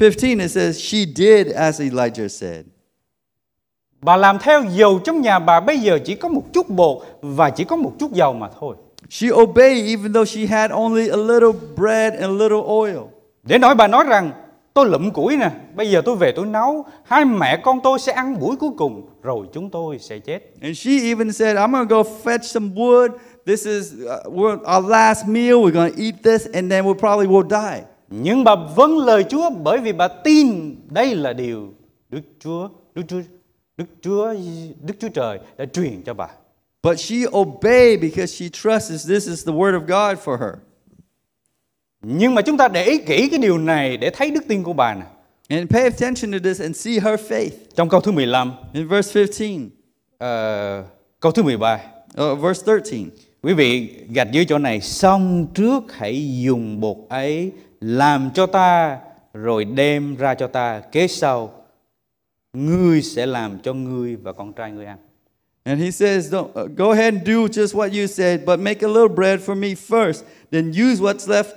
[SPEAKER 3] 15 it says, she did as Elijah said.
[SPEAKER 2] Bà làm theo dầu trong nhà bà bây giờ chỉ có một chút bột và chỉ có một chút dầu mà thôi.
[SPEAKER 3] She obeyed even though she had only a little bread and a little oil.
[SPEAKER 2] Để nỗi bà nói rằng tôi lụm củi nè, bây giờ tôi về tôi nấu, hai mẹ con tôi sẽ ăn buổi cuối cùng rồi chúng tôi sẽ chết.
[SPEAKER 3] And she even said, I'm going to go fetch some wood. This is uh, we're- our last meal. We're going to eat this, and then we probably will die.
[SPEAKER 2] Nhưng bà vâng lời Chúa bởi vì bà tin đây là điều Đức Chúa, Đức Chúa, Đức Chúa, Đức Chúa Trời đã truyền cho bà.
[SPEAKER 3] But she obeyed because she trusts this is the word of God for her.
[SPEAKER 2] Nhưng mà chúng ta để ý kỹ cái điều này để thấy đức tin của bà nè.
[SPEAKER 3] And pay attention to this and see her faith.
[SPEAKER 2] Trong câu thứ 15,
[SPEAKER 3] In verse 15,
[SPEAKER 2] ờ, câu thứ 13,
[SPEAKER 3] uh, verse 13.
[SPEAKER 2] Quý vị gạch dưới chỗ này Xong trước hãy dùng bột ấy Làm cho ta Rồi đem ra cho ta Kế sau Ngươi sẽ làm cho ngươi và con trai ngươi ăn
[SPEAKER 3] And he says, Don't, uh, Go ahead and do just what you said, but make a little bread for me first, then use what's left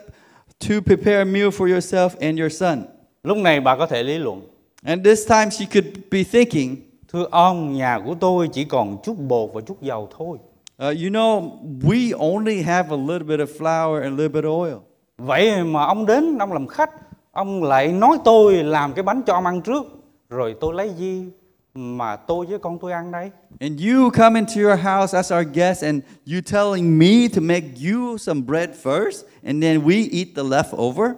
[SPEAKER 3] to prepare a meal for yourself and your son.
[SPEAKER 2] Lúc này bà có thể lý luận
[SPEAKER 3] And this time she could be thinking,
[SPEAKER 2] Thưa ông nhà của tôi chỉ còn chút bột và chút dầu thôi
[SPEAKER 3] Uh, you know, we only have a little bit of flour and a little bit of oil.
[SPEAKER 2] Vậy mà ông đến ông làm khách Ông lại nói tôi làm cái bánh cho ông ăn trước Rồi tôi lấy gì mà tôi với con tôi ăn đây
[SPEAKER 3] And you come into your house as our guest, and you telling me to make you some bread first, and then we eat the leftover?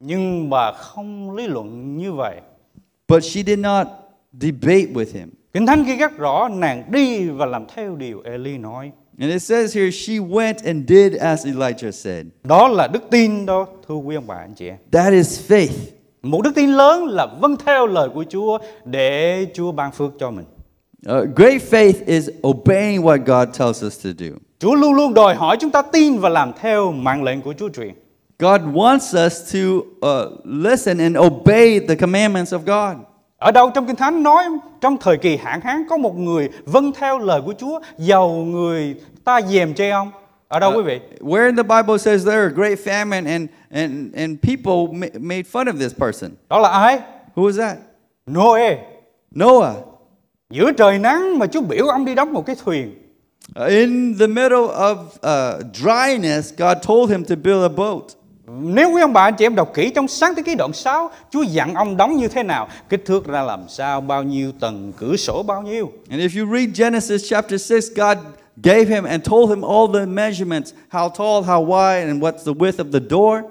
[SPEAKER 2] nhưng bà không lý luận như vậy
[SPEAKER 3] But she did not debate with him.
[SPEAKER 2] kinh thánh ghi rất rõ nàng đi và làm theo điều Eli nói
[SPEAKER 3] And it says here, she went and did as Elijah said.
[SPEAKER 2] đó là đức tin đó thưa quý ông bà anh chị em
[SPEAKER 3] That is faith.
[SPEAKER 2] một đức tin lớn là vâng theo lời của Chúa để Chúa ban phước cho mình
[SPEAKER 3] Uh, great faith is obeying what God tells us to do.
[SPEAKER 2] Chúa luôn luôn đòi hỏi chúng ta tin và làm theo mạng lệnh của Chúa truyền
[SPEAKER 3] God wants us to uh, listen and obey the commandments of God.
[SPEAKER 2] Ở đâu trong Kinh Thánh nói trong thời kỳ hạn hán có một người vâng theo lời của Chúa giàu người ta dèm chê ông? Ở đâu quý vị?
[SPEAKER 3] Where in the Bible says there a great famine and, and, and people ma- made fun of this person?
[SPEAKER 2] Đó là ai?
[SPEAKER 3] Who was that?
[SPEAKER 2] Noe.
[SPEAKER 3] Noah.
[SPEAKER 2] Giữa trời nắng mà Chúa biểu ông đi đóng một cái thuyền.
[SPEAKER 3] Uh, In the middle of uh, dryness, God told him to build a boat.
[SPEAKER 2] Nếu quý ông bà anh chị em đọc kỹ trong sáng thế ký đoạn 6, Chúa dặn ông đóng như thế nào, kích thước ra làm sao, bao nhiêu tầng, cửa sổ bao nhiêu.
[SPEAKER 3] And if you read Genesis chapter 6, God gave him and told him all the measurements how tall, how wide, and what's the width of the door.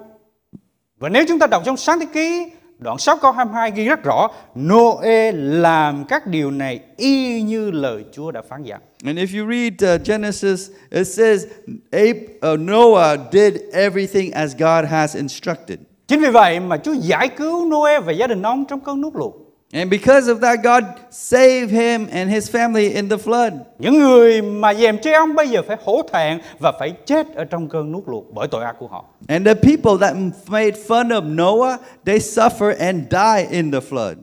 [SPEAKER 2] Và nếu chúng ta đọc trong sáng thế ký đoạn 6 câu 22 ghi rất rõ, Noe làm các điều này y như lời Chúa đã phán dặn.
[SPEAKER 3] And if you read uh, Genesis, it says Ab- uh, Noah did everything as God has instructed.
[SPEAKER 2] Chính vì vậy mà Chúa giải cứu Noe và gia đình ông trong cơn nước lụt.
[SPEAKER 3] And because of that, God saved him and his family in the flood.
[SPEAKER 2] Những người mà dèm trê ông bây giờ phải hổ thẹn và phải chết ở trong cơn nước lụt bởi tội ác của họ.
[SPEAKER 3] And the people that m- made fun of Noah, they suffer and die in the flood.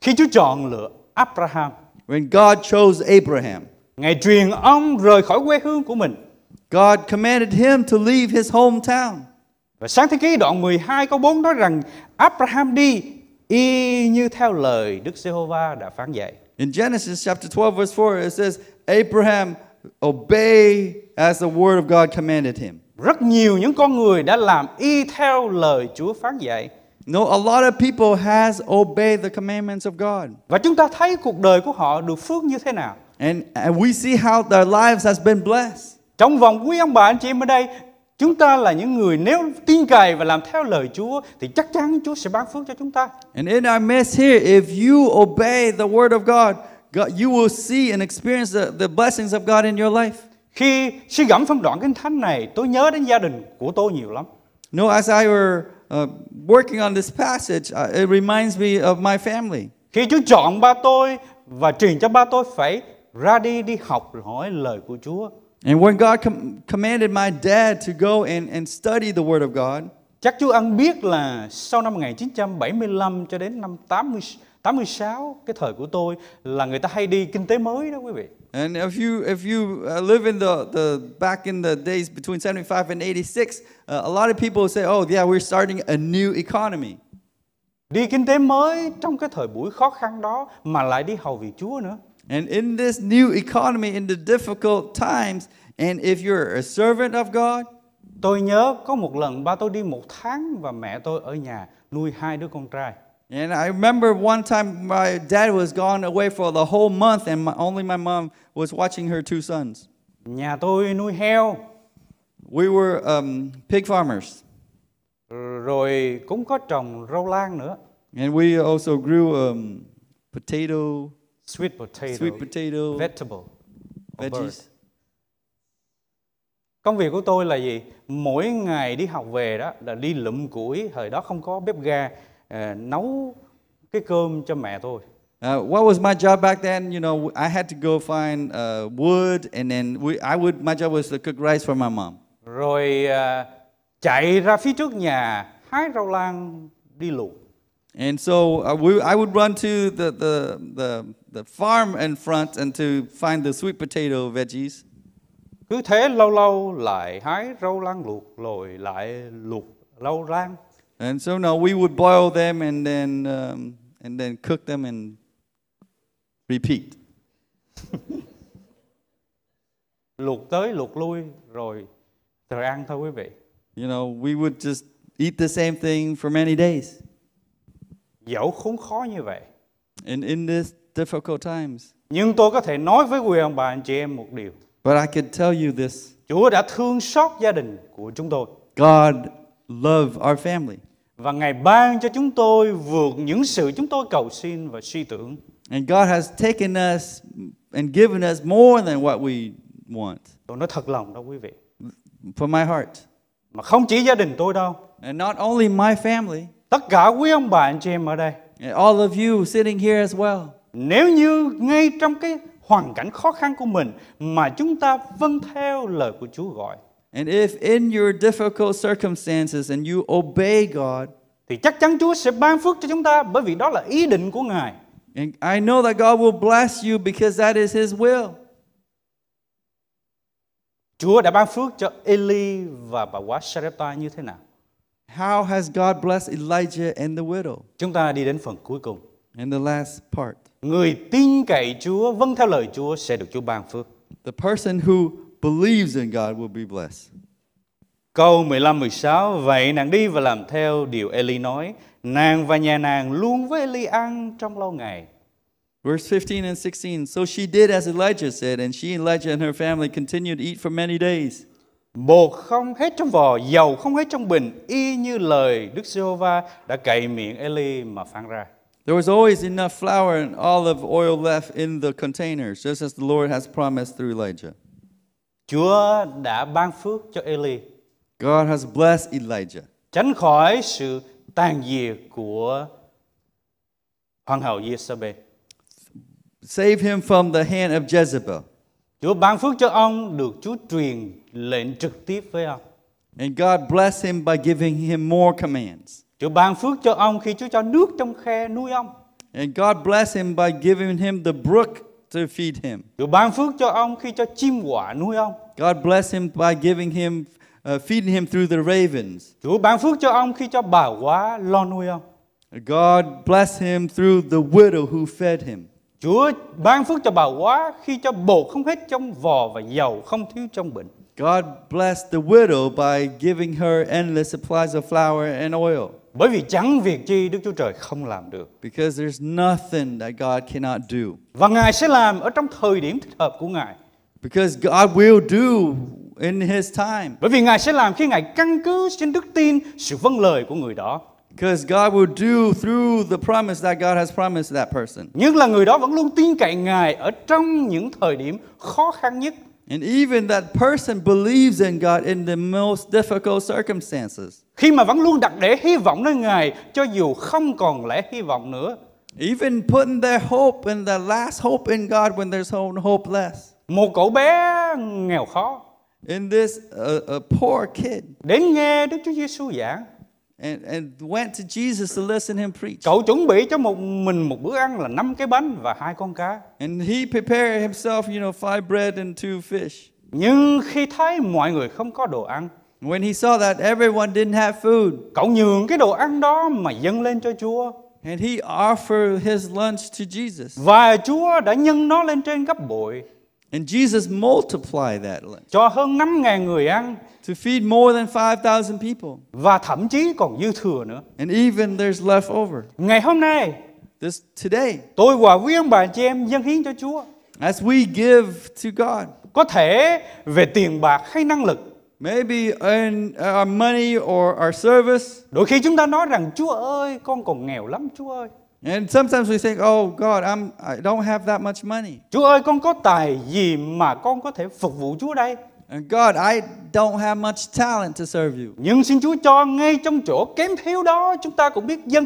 [SPEAKER 2] Khi Chúa chọn lựa Abraham,
[SPEAKER 3] When God chose Abraham,
[SPEAKER 2] Ngài truyền ông rời khỏi quê hương của mình.
[SPEAKER 3] God commanded him to leave his hometown.
[SPEAKER 2] Và sáng thế ký đoạn 12 câu 4 nói rằng Abraham đi y như theo lời Đức Giê-hô-va đã phán dạy.
[SPEAKER 3] In Genesis chapter 12, verse 4, it says, Abraham obey as the word of God commanded him.
[SPEAKER 2] Rất nhiều những con người đã làm y theo lời Chúa phán dạy.
[SPEAKER 3] No, a lot of people has obeyed the commandments of God.
[SPEAKER 2] Và chúng ta thấy cuộc đời của họ được phước như thế nào.
[SPEAKER 3] And, and we see how their lives has been blessed.
[SPEAKER 2] Trong vòng quý ông bà anh chị em ở đây, chúng ta là những người nếu tin cậy và làm theo lời Chúa thì chắc chắn Chúa sẽ ban phước cho chúng ta.
[SPEAKER 3] And in our midst here, if you obey the word of God, God you will see and experience the, the blessings of God in your life.
[SPEAKER 2] Khi suy gẫm phân đoạn kinh thánh này, tôi nhớ đến gia đình của tôi nhiều lắm.
[SPEAKER 3] No, as I were uh, working on this passage, uh, it reminds me of my family.
[SPEAKER 2] Khi Chúa chọn ba tôi và truyền cho ba tôi phải ra đi đi học rồi hỏi lời của Chúa.
[SPEAKER 3] And when God com- commanded my dad to go and, and study the word of God,
[SPEAKER 2] Chắc Chúa ăn biết là sau năm 1975 cho đến năm 80, 86, cái thời của tôi là người ta hay đi kinh tế mới đó quý vị.
[SPEAKER 3] And if you if you uh, live in the, the back in the days between 75 and 86, uh, a lot of people say, "Oh, yeah, we're starting a new economy."
[SPEAKER 2] Đi kinh tế mới trong cái thời buổi khó khăn đó mà lại đi hầu việc Chúa nữa.
[SPEAKER 3] And in this new economy in the difficult times, and if you're a servant of God,
[SPEAKER 2] Tôi nhớ có một lần ba tôi đi một tháng và mẹ tôi ở nhà nuôi hai đứa con trai.
[SPEAKER 3] and I remember one time my dad was gone away for the whole month and my, only my mom was watching her two sons.
[SPEAKER 2] Nhà tôi nuôi heo,
[SPEAKER 3] We were um, pig farmers
[SPEAKER 2] rồi cũng có trồng rau lan nữa.
[SPEAKER 3] and we also grew um, potato,
[SPEAKER 2] Sweet potato,
[SPEAKER 3] sweet potato,
[SPEAKER 2] vegetable, or bird.
[SPEAKER 3] veggies.
[SPEAKER 2] Công việc của tôi là gì? Mỗi ngày đi học về đó là đi lụm củi, thời đó không có bếp ga, à, nấu cái cơm cho mẹ tôi.
[SPEAKER 3] Uh, what was my job back then? You know, I had to go find uh, wood, and then we, I would. My job was to cook rice for my mom.
[SPEAKER 2] Rồi à, chạy ra phía trước nhà hái rau lan đi luộc.
[SPEAKER 3] And so uh, we, I would run to the, the, the, the farm in front and to find the sweet potato veggies.
[SPEAKER 2] Cứ thế lâu lâu lại hái rau lan luộc rồi lại luộc rau lan.
[SPEAKER 3] And so now we would boil them and then, um, and then cook them and repeat.
[SPEAKER 2] Luộc tới luộc lui rồi rồi ăn thôi quý vị.
[SPEAKER 3] You know, we would just eat the same thing for many days.
[SPEAKER 2] Dẫu khốn khó như vậy
[SPEAKER 3] and in this difficult times.
[SPEAKER 2] Nhưng tôi có thể nói với quý ông bà anh chị em một điều.
[SPEAKER 3] But I can tell you this
[SPEAKER 2] Chúa đã thương xót gia đình của chúng tôi
[SPEAKER 3] God love our family,
[SPEAKER 2] và Ngài ban cho chúng tôi vượt những sự chúng tôi cầu xin và suy tưởng.
[SPEAKER 3] and God has taken us and given us more than what we want
[SPEAKER 2] Tôi nói thật lòng đó quý vị.
[SPEAKER 3] from my heart.
[SPEAKER 2] Mà không chỉ gia đình tôi đâu.
[SPEAKER 3] And not only my family,
[SPEAKER 2] Tất cả quý ông bà anh chị em ở đây.
[SPEAKER 3] and all of you sitting here as well.
[SPEAKER 2] Nếu như ngay trong cái hoàn cảnh khó khăn của mình mà chúng ta vâng theo lời của Chúa gọi
[SPEAKER 3] And if in your difficult circumstances and you obey God,
[SPEAKER 2] thì chắc chắn Chúa sẽ ban phước cho chúng ta bởi vì đó là ý định của Ngài.
[SPEAKER 3] and I know that God will bless you because that is His will.
[SPEAKER 2] Chúa đã ban phước cho Eli và bà quá Sarepta như thế nào?
[SPEAKER 3] How has God blessed Elijah and the widow?
[SPEAKER 2] Chúng ta đi đến phần cuối cùng.
[SPEAKER 3] And the last part
[SPEAKER 2] Người tin cậy Chúa, vâng theo lời Chúa sẽ được Chúa ban phước.
[SPEAKER 3] the person who believes in God will be blessed.
[SPEAKER 2] Câu 15 16 vậy nàng đi và làm theo điều Eli nói, nàng và nhà nàng luôn với Eli ăn trong lâu ngày.
[SPEAKER 3] Verse 15 and 16 So she did as Elijah said, and she, Elijah, and her family continued to eat for many days.
[SPEAKER 2] Bột không hết trong vò, dầu không hết trong bình, y như lời Đức Giê-hô-va đã cậy miệng Eli mà phán ra.
[SPEAKER 3] There was always enough flour and olive oil left in the containers, just as the Lord has promised through Elijah.
[SPEAKER 2] Chúa đã ban phước cho Eli,
[SPEAKER 3] God has blessed Elijah
[SPEAKER 2] tránh khỏi sự tàn diệt của hoàng hậu Giê-sa-bê.
[SPEAKER 3] save him from the hand of Jezebel.
[SPEAKER 2] Chúa ban phước cho ông được Chúa truyền lệnh trực tiếp với ông.
[SPEAKER 3] And God blessed him by giving him more commands.
[SPEAKER 2] Chúa ban phước cho ông khi Chúa cho nước trong khe nuôi ông.
[SPEAKER 3] And God blessed him by giving him the brook to feed him.
[SPEAKER 2] Chúa ban phước cho ông khi cho chim quả nuôi ông.
[SPEAKER 3] God blessed him by giving him, uh, feeding him through the ravens.
[SPEAKER 2] Chúa ban phước cho ông khi cho bà quá lo nuôi ông.
[SPEAKER 3] God blessed him through the widow who fed him.
[SPEAKER 2] Chúa ban phước cho bà quá khi cho bột không hết trong vò và dầu không thiếu trong bình.
[SPEAKER 3] God blessed the widow by giving her endless supplies of flour and oil.
[SPEAKER 2] Bởi vì chẳng việc chi Đức Chúa Trời không làm được.
[SPEAKER 3] Because there's nothing that God cannot do.
[SPEAKER 2] Và Ngài sẽ làm ở trong thời điểm thích hợp của Ngài.
[SPEAKER 3] Because God will do in his time.
[SPEAKER 2] Bởi vì Ngài sẽ làm khi Ngài căn cứ trên đức tin sự vâng lời của người đó.
[SPEAKER 3] Because God will do through the promise that God has promised that person.
[SPEAKER 2] Nhưng là người đó vẫn luôn tin cậy Ngài ở trong những thời điểm khó khăn nhất.
[SPEAKER 3] And even that person believes in God in the most difficult circumstances.
[SPEAKER 2] Khi mà vẫn luôn đặt để hy vọng nơi Ngài cho dù không còn lẽ hy vọng nữa.
[SPEAKER 3] Even putting their hope and their last hope in God when there's no hope less.
[SPEAKER 2] Một cậu bé nghèo khó
[SPEAKER 3] In this uh, a poor kid
[SPEAKER 2] đến nghe Đức Chúa Giêsu giảng.
[SPEAKER 3] and, and went to Jesus to listen him preach.
[SPEAKER 2] Cậu chuẩn bị cho một mình một bữa ăn là năm cái bánh và hai con cá.
[SPEAKER 3] And he prepared himself, you know, five bread and two fish.
[SPEAKER 2] Nhưng khi thấy mọi người không có đồ ăn,
[SPEAKER 3] When he saw that everyone didn't have food,
[SPEAKER 2] cậu nhường cái đồ ăn đó mà dâng lên cho Chúa.
[SPEAKER 3] and he offered his lunch to Jesus.
[SPEAKER 2] Và Chúa đã nhân nó lên trên gấp bội
[SPEAKER 3] And Jesus multiplied that lunch.
[SPEAKER 2] cho hơn 5.000 người ăn
[SPEAKER 3] to feed more than 5,000 people.
[SPEAKER 2] và thậm chí còn dư thừa nữa.
[SPEAKER 3] And even there's left over.
[SPEAKER 2] Ngày hôm nay,
[SPEAKER 3] This today,
[SPEAKER 2] tôi và quý ông bà chị em dâng hiến cho Chúa.
[SPEAKER 3] as we give to God,
[SPEAKER 2] Có thể về tiền bạc hay năng lực.
[SPEAKER 3] maybe in our money or our service,
[SPEAKER 2] Đôi khi chúng ta nói rằng Chúa ơi, con còn nghèo lắm Chúa ơi.
[SPEAKER 3] and sometimes we think, "Oh God, I'm I don't have that much money."
[SPEAKER 2] Chúa ơi, con có tài gì mà con có thể phục vụ Chúa đây?
[SPEAKER 3] And God, I don't have much talent to serve you.
[SPEAKER 2] Nhưng xin Chúa cho ngay trong chỗ kém thiếu đó chúng ta cũng biết dâng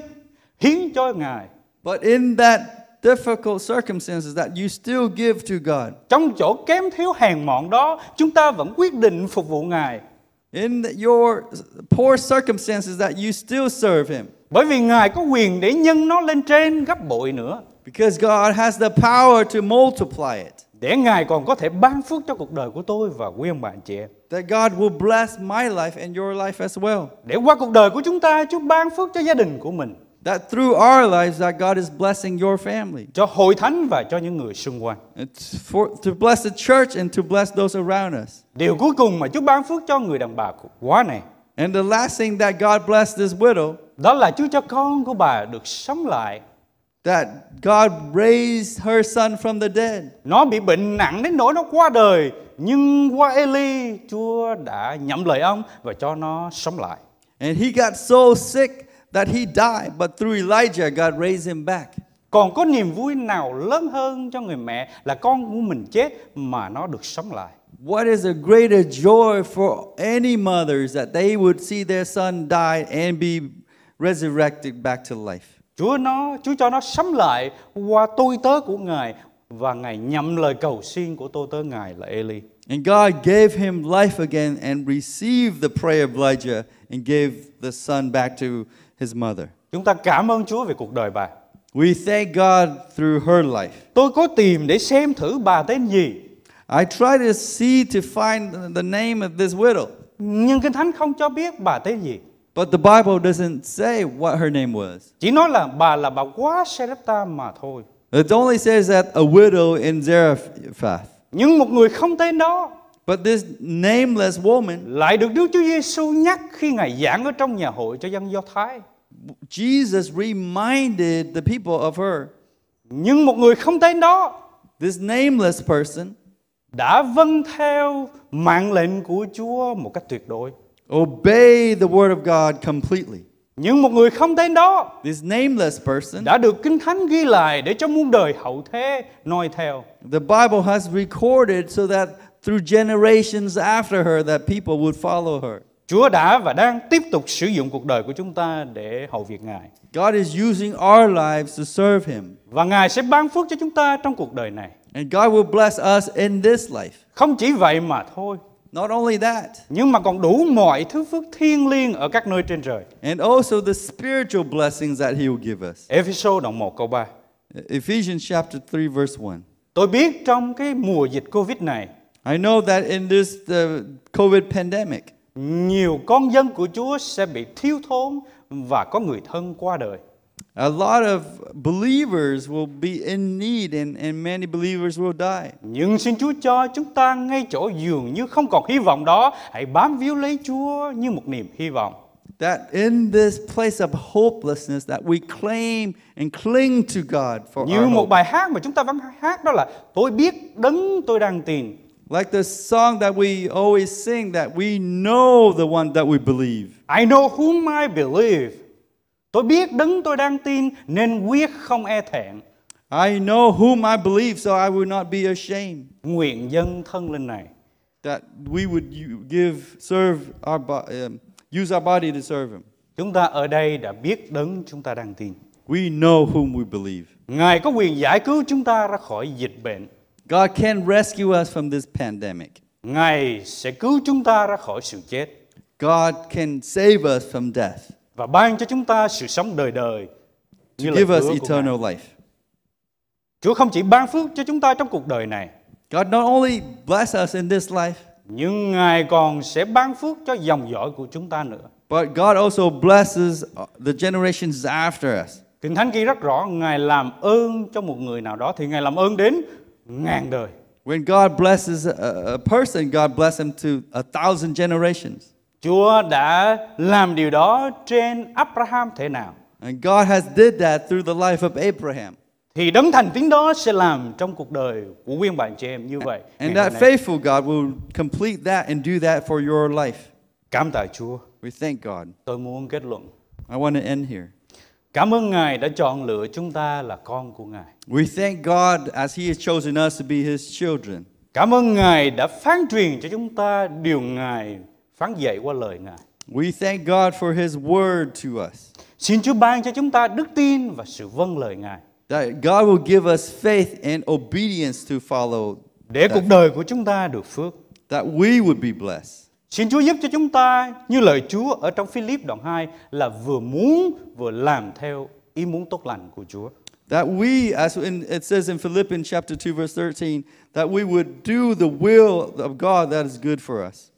[SPEAKER 2] hiến cho Ngài.
[SPEAKER 3] But in that difficult circumstances that you still give to God.
[SPEAKER 2] Trong chỗ kém thiếu hèn mọn đó chúng ta vẫn quyết định phục vụ Ngài.
[SPEAKER 3] In your poor circumstances that you still serve him.
[SPEAKER 2] Bởi vì Ngài có quyền để nhân nó lên trên gấp bội nữa.
[SPEAKER 3] Because God has the power to multiply it.
[SPEAKER 2] Để Ngài còn có thể ban phước cho cuộc đời của tôi và quý ông bà anh chị em.
[SPEAKER 3] that God will bless my life and your life as well.
[SPEAKER 2] Để qua cuộc đời của chúng ta Chúa ban phước cho gia đình của mình.
[SPEAKER 3] That through our lives that God is blessing your family.
[SPEAKER 2] Cho hội thánh và cho những người xung quanh.
[SPEAKER 3] It's for to bless the church and to bless those around us.
[SPEAKER 2] Điều cuối cùng mà Chúa ban phước cho người đàn bà quá này.
[SPEAKER 3] And the last thing that God blessed this widow,
[SPEAKER 2] Đó là Chúa cho con của bà được sống lại
[SPEAKER 3] that God raised her son from the dead.
[SPEAKER 2] Nó bị bệnh nặng đến nỗi nó qua đời Nhưng qua Eli Chúa đã nhậm lời ông Và cho nó sống lại
[SPEAKER 3] And he got so sick that he died, but through Elijah, God raised him back.
[SPEAKER 2] Còn có niềm vui nào lớn hơn cho người mẹ Là con của mình chết mà nó được sống lại
[SPEAKER 3] What is a greater joy for any mothers that they would see their son die and be resurrected back to life?
[SPEAKER 2] Chúa nó Chúa cho nó sống lại qua tôi tớ của Ngài Và Ngài nhậm lời cầu xin của tôi tớ Ngài là Eli
[SPEAKER 3] And God gave him life again and received the prayer of Elijah and gave the son back to his mother.
[SPEAKER 2] Chúng ta cảm ơn Chúa về cuộc đời bà
[SPEAKER 3] We thank God through her life.
[SPEAKER 2] Tôi có tìm để xem thử bà tên gì
[SPEAKER 3] I try to see to find the name of this widow,
[SPEAKER 2] Nhưng Kinh Thánh không cho biết bà tên gì
[SPEAKER 3] but the Bible doesn't say what her name was.
[SPEAKER 2] Chỉ nói là bà là bà quá Serepta mà thôi
[SPEAKER 3] It only says that a widow in Zarephath.
[SPEAKER 2] Nhưng một người không tên đó
[SPEAKER 3] But this nameless woman,
[SPEAKER 2] lại được Đức Chúa Giêsu nhắc khi Ngài giảng ở trong nhà hội cho dân Do Thái.
[SPEAKER 3] Jesus reminded the people of her.
[SPEAKER 2] Nhưng một người không tên đó
[SPEAKER 3] This nameless person
[SPEAKER 2] đã vâng theo mạng lệnh của Chúa một cách tuyệt đối.
[SPEAKER 3] obeyed the word of God completely.
[SPEAKER 2] Nhưng một người không tên đó
[SPEAKER 3] This nameless person,
[SPEAKER 2] đã được Kinh Thánh ghi lại để cho muôn đời hậu thế noi theo.
[SPEAKER 3] the Bible has recorded so that through generations after her that people would follow her.
[SPEAKER 2] Chúa đã và đang tiếp tục sử dụng cuộc đời của chúng ta để hầu việc Ngài.
[SPEAKER 3] God is using our lives to serve him.
[SPEAKER 2] Và Ngài sẽ ban phước cho chúng ta trong cuộc đời này.
[SPEAKER 3] And God will bless us in this life.
[SPEAKER 2] Không chỉ vậy mà thôi,
[SPEAKER 3] Not only that,
[SPEAKER 2] nhưng mà còn đủ mọi thứ phước thiêng liêng ở các nơi trên trời.
[SPEAKER 3] and also the spiritual blessings that he will give us.
[SPEAKER 2] Ephesos đoạn 1 câu 3.
[SPEAKER 3] Ephesians chapter 3 verse 1.
[SPEAKER 2] Tôi biết trong cái mùa dịch Covid này,
[SPEAKER 3] I know that in this the COVID pandemic,
[SPEAKER 2] nhiều con dân của Chúa sẽ bị thiếu thốn và có người thân qua đời.
[SPEAKER 3] a lot of believers will be in need and, and many believers will die.
[SPEAKER 2] Nhưng xin Chúa cho chúng ta ngay chỗ dường như không còn hy vọng đó, hãy bám víu lấy Chúa như một niềm hy vọng.
[SPEAKER 3] That in this place of hopelessness that we claim and cling to God for
[SPEAKER 2] Như
[SPEAKER 3] our
[SPEAKER 2] một
[SPEAKER 3] hope.
[SPEAKER 2] bài hát mà chúng ta vẫn hát đó là Tôi biết đấng tôi đang tin.
[SPEAKER 3] Like the song that we always sing that we know the one that we believe.
[SPEAKER 2] I know whom I believe. Tôi biết đấng tôi đang tin nên quyết không e thẹn.
[SPEAKER 3] I know whom I believe so I will not be ashamed.
[SPEAKER 2] Nguyện dân thân linh này
[SPEAKER 3] That we would u- give serve our bo- um, use our body to serve him.
[SPEAKER 2] Chúng ta ở đây đã biết đấng chúng ta đang tin.
[SPEAKER 3] We know whom we believe.
[SPEAKER 2] Ngài có quyền giải cứu chúng ta ra khỏi dịch bệnh.
[SPEAKER 3] God can rescue us from this pandemic.
[SPEAKER 2] Ngài sẽ cứu chúng ta ra khỏi sự chết
[SPEAKER 3] God can save us from death.
[SPEAKER 2] và ban cho chúng ta sự sống đời đời. Như
[SPEAKER 3] To
[SPEAKER 2] lời
[SPEAKER 3] give us
[SPEAKER 2] hứa của Ngài.
[SPEAKER 3] eternal life.
[SPEAKER 2] Chúa không chỉ ban phước cho chúng ta trong cuộc đời này,
[SPEAKER 3] God not only bless us in this life,
[SPEAKER 2] nhưng Ngài còn sẽ ban phước cho dòng dõi của chúng ta nữa.
[SPEAKER 3] but God also blesses uh, the generations after us.
[SPEAKER 2] Kinh Thánh ghi rất rõ Ngài làm ơn cho một người nào đó thì Ngài làm ơn đến ngàn đời.
[SPEAKER 3] When God blesses a, a person, God bless him to a thousand generations.
[SPEAKER 2] Chúa đã làm điều đó trên Abraham thế nào?
[SPEAKER 3] And God has did that through the life of Abraham.
[SPEAKER 2] Thì đấng thành tín đó sẽ làm trong cuộc đời của quyên bạn chị em như vậy. ngày
[SPEAKER 3] And
[SPEAKER 2] hôm
[SPEAKER 3] that
[SPEAKER 2] nay.
[SPEAKER 3] faithful God will complete that and do that for your life.
[SPEAKER 2] Cảm tạ Chúa,
[SPEAKER 3] We thank God.
[SPEAKER 2] tôi muốn kết luận.
[SPEAKER 3] I want to end here.
[SPEAKER 2] Cảm ơn Ngài đã chọn lựa chúng ta là con của Ngài.
[SPEAKER 3] We thank God as He has chosen us to be His children.
[SPEAKER 2] Cảm ơn Ngài đã phán truyền cho chúng ta điều Ngài phán dạy qua lời Ngài.
[SPEAKER 3] We thank God for His word to us.
[SPEAKER 2] Xin Chúa ban cho chúng ta đức tin và sự vâng lời Ngài.
[SPEAKER 3] That God will give us faith and obedience to follow,
[SPEAKER 2] Để cuộc đời của chúng ta được phước.
[SPEAKER 3] that we would be blessed.
[SPEAKER 2] Xin Chúa giúp cho chúng ta như lời Chúa ở trong Philip đoạn 2 là vừa muốn vừa làm theo ý muốn tốt lành của Chúa.
[SPEAKER 3] That we, as in, it says in Philippians chapter 2, verse 13, that we would do the will of God that is good for us.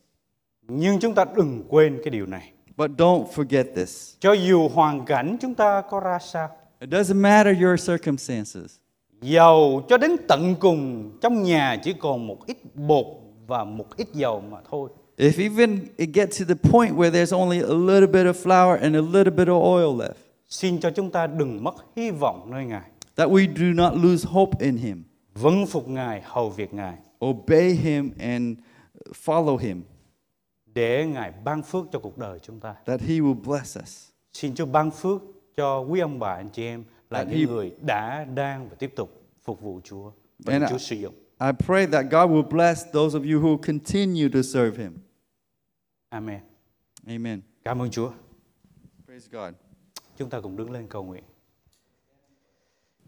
[SPEAKER 2] Nhưng chúng ta đừng quên cái điều này.
[SPEAKER 3] But don't forget this.
[SPEAKER 2] Cho dù hoàn cảnh chúng ta có ra sao,
[SPEAKER 3] It doesn't matter your circumstances.
[SPEAKER 2] Dầu cho đến tận cùng trong nhà chỉ còn một ít bột và một ít dầu mà thôi.
[SPEAKER 3] If even it gets to the point where there's only a little bit of flour and a little bit of oil left,
[SPEAKER 2] Xin cho chúng ta đừng mất hy vọng nơi Ngài.
[SPEAKER 3] that we do not lose hope in him.
[SPEAKER 2] vâng phục Ngài, hầu việc Ngài,
[SPEAKER 3] Obey him and follow him,
[SPEAKER 2] để Ngài ban phước cho cuộc đời chúng ta.
[SPEAKER 3] that he will bless us.
[SPEAKER 2] Xin Chúa ban phước cho quý ông bà anh chị em là
[SPEAKER 3] Tại
[SPEAKER 2] những
[SPEAKER 3] vì-
[SPEAKER 2] người đã, đang và tiếp tục phục vụ Chúa và
[SPEAKER 3] Nên
[SPEAKER 2] được
[SPEAKER 3] ạ.
[SPEAKER 2] Chúa sử dụng.
[SPEAKER 3] I pray that God will bless those of you who continue to serve him.
[SPEAKER 2] Amen.
[SPEAKER 3] Amen.
[SPEAKER 2] Cảm ơn Chúa.
[SPEAKER 3] Praise God.
[SPEAKER 2] Chúng ta cùng đứng lên cầu nguyện.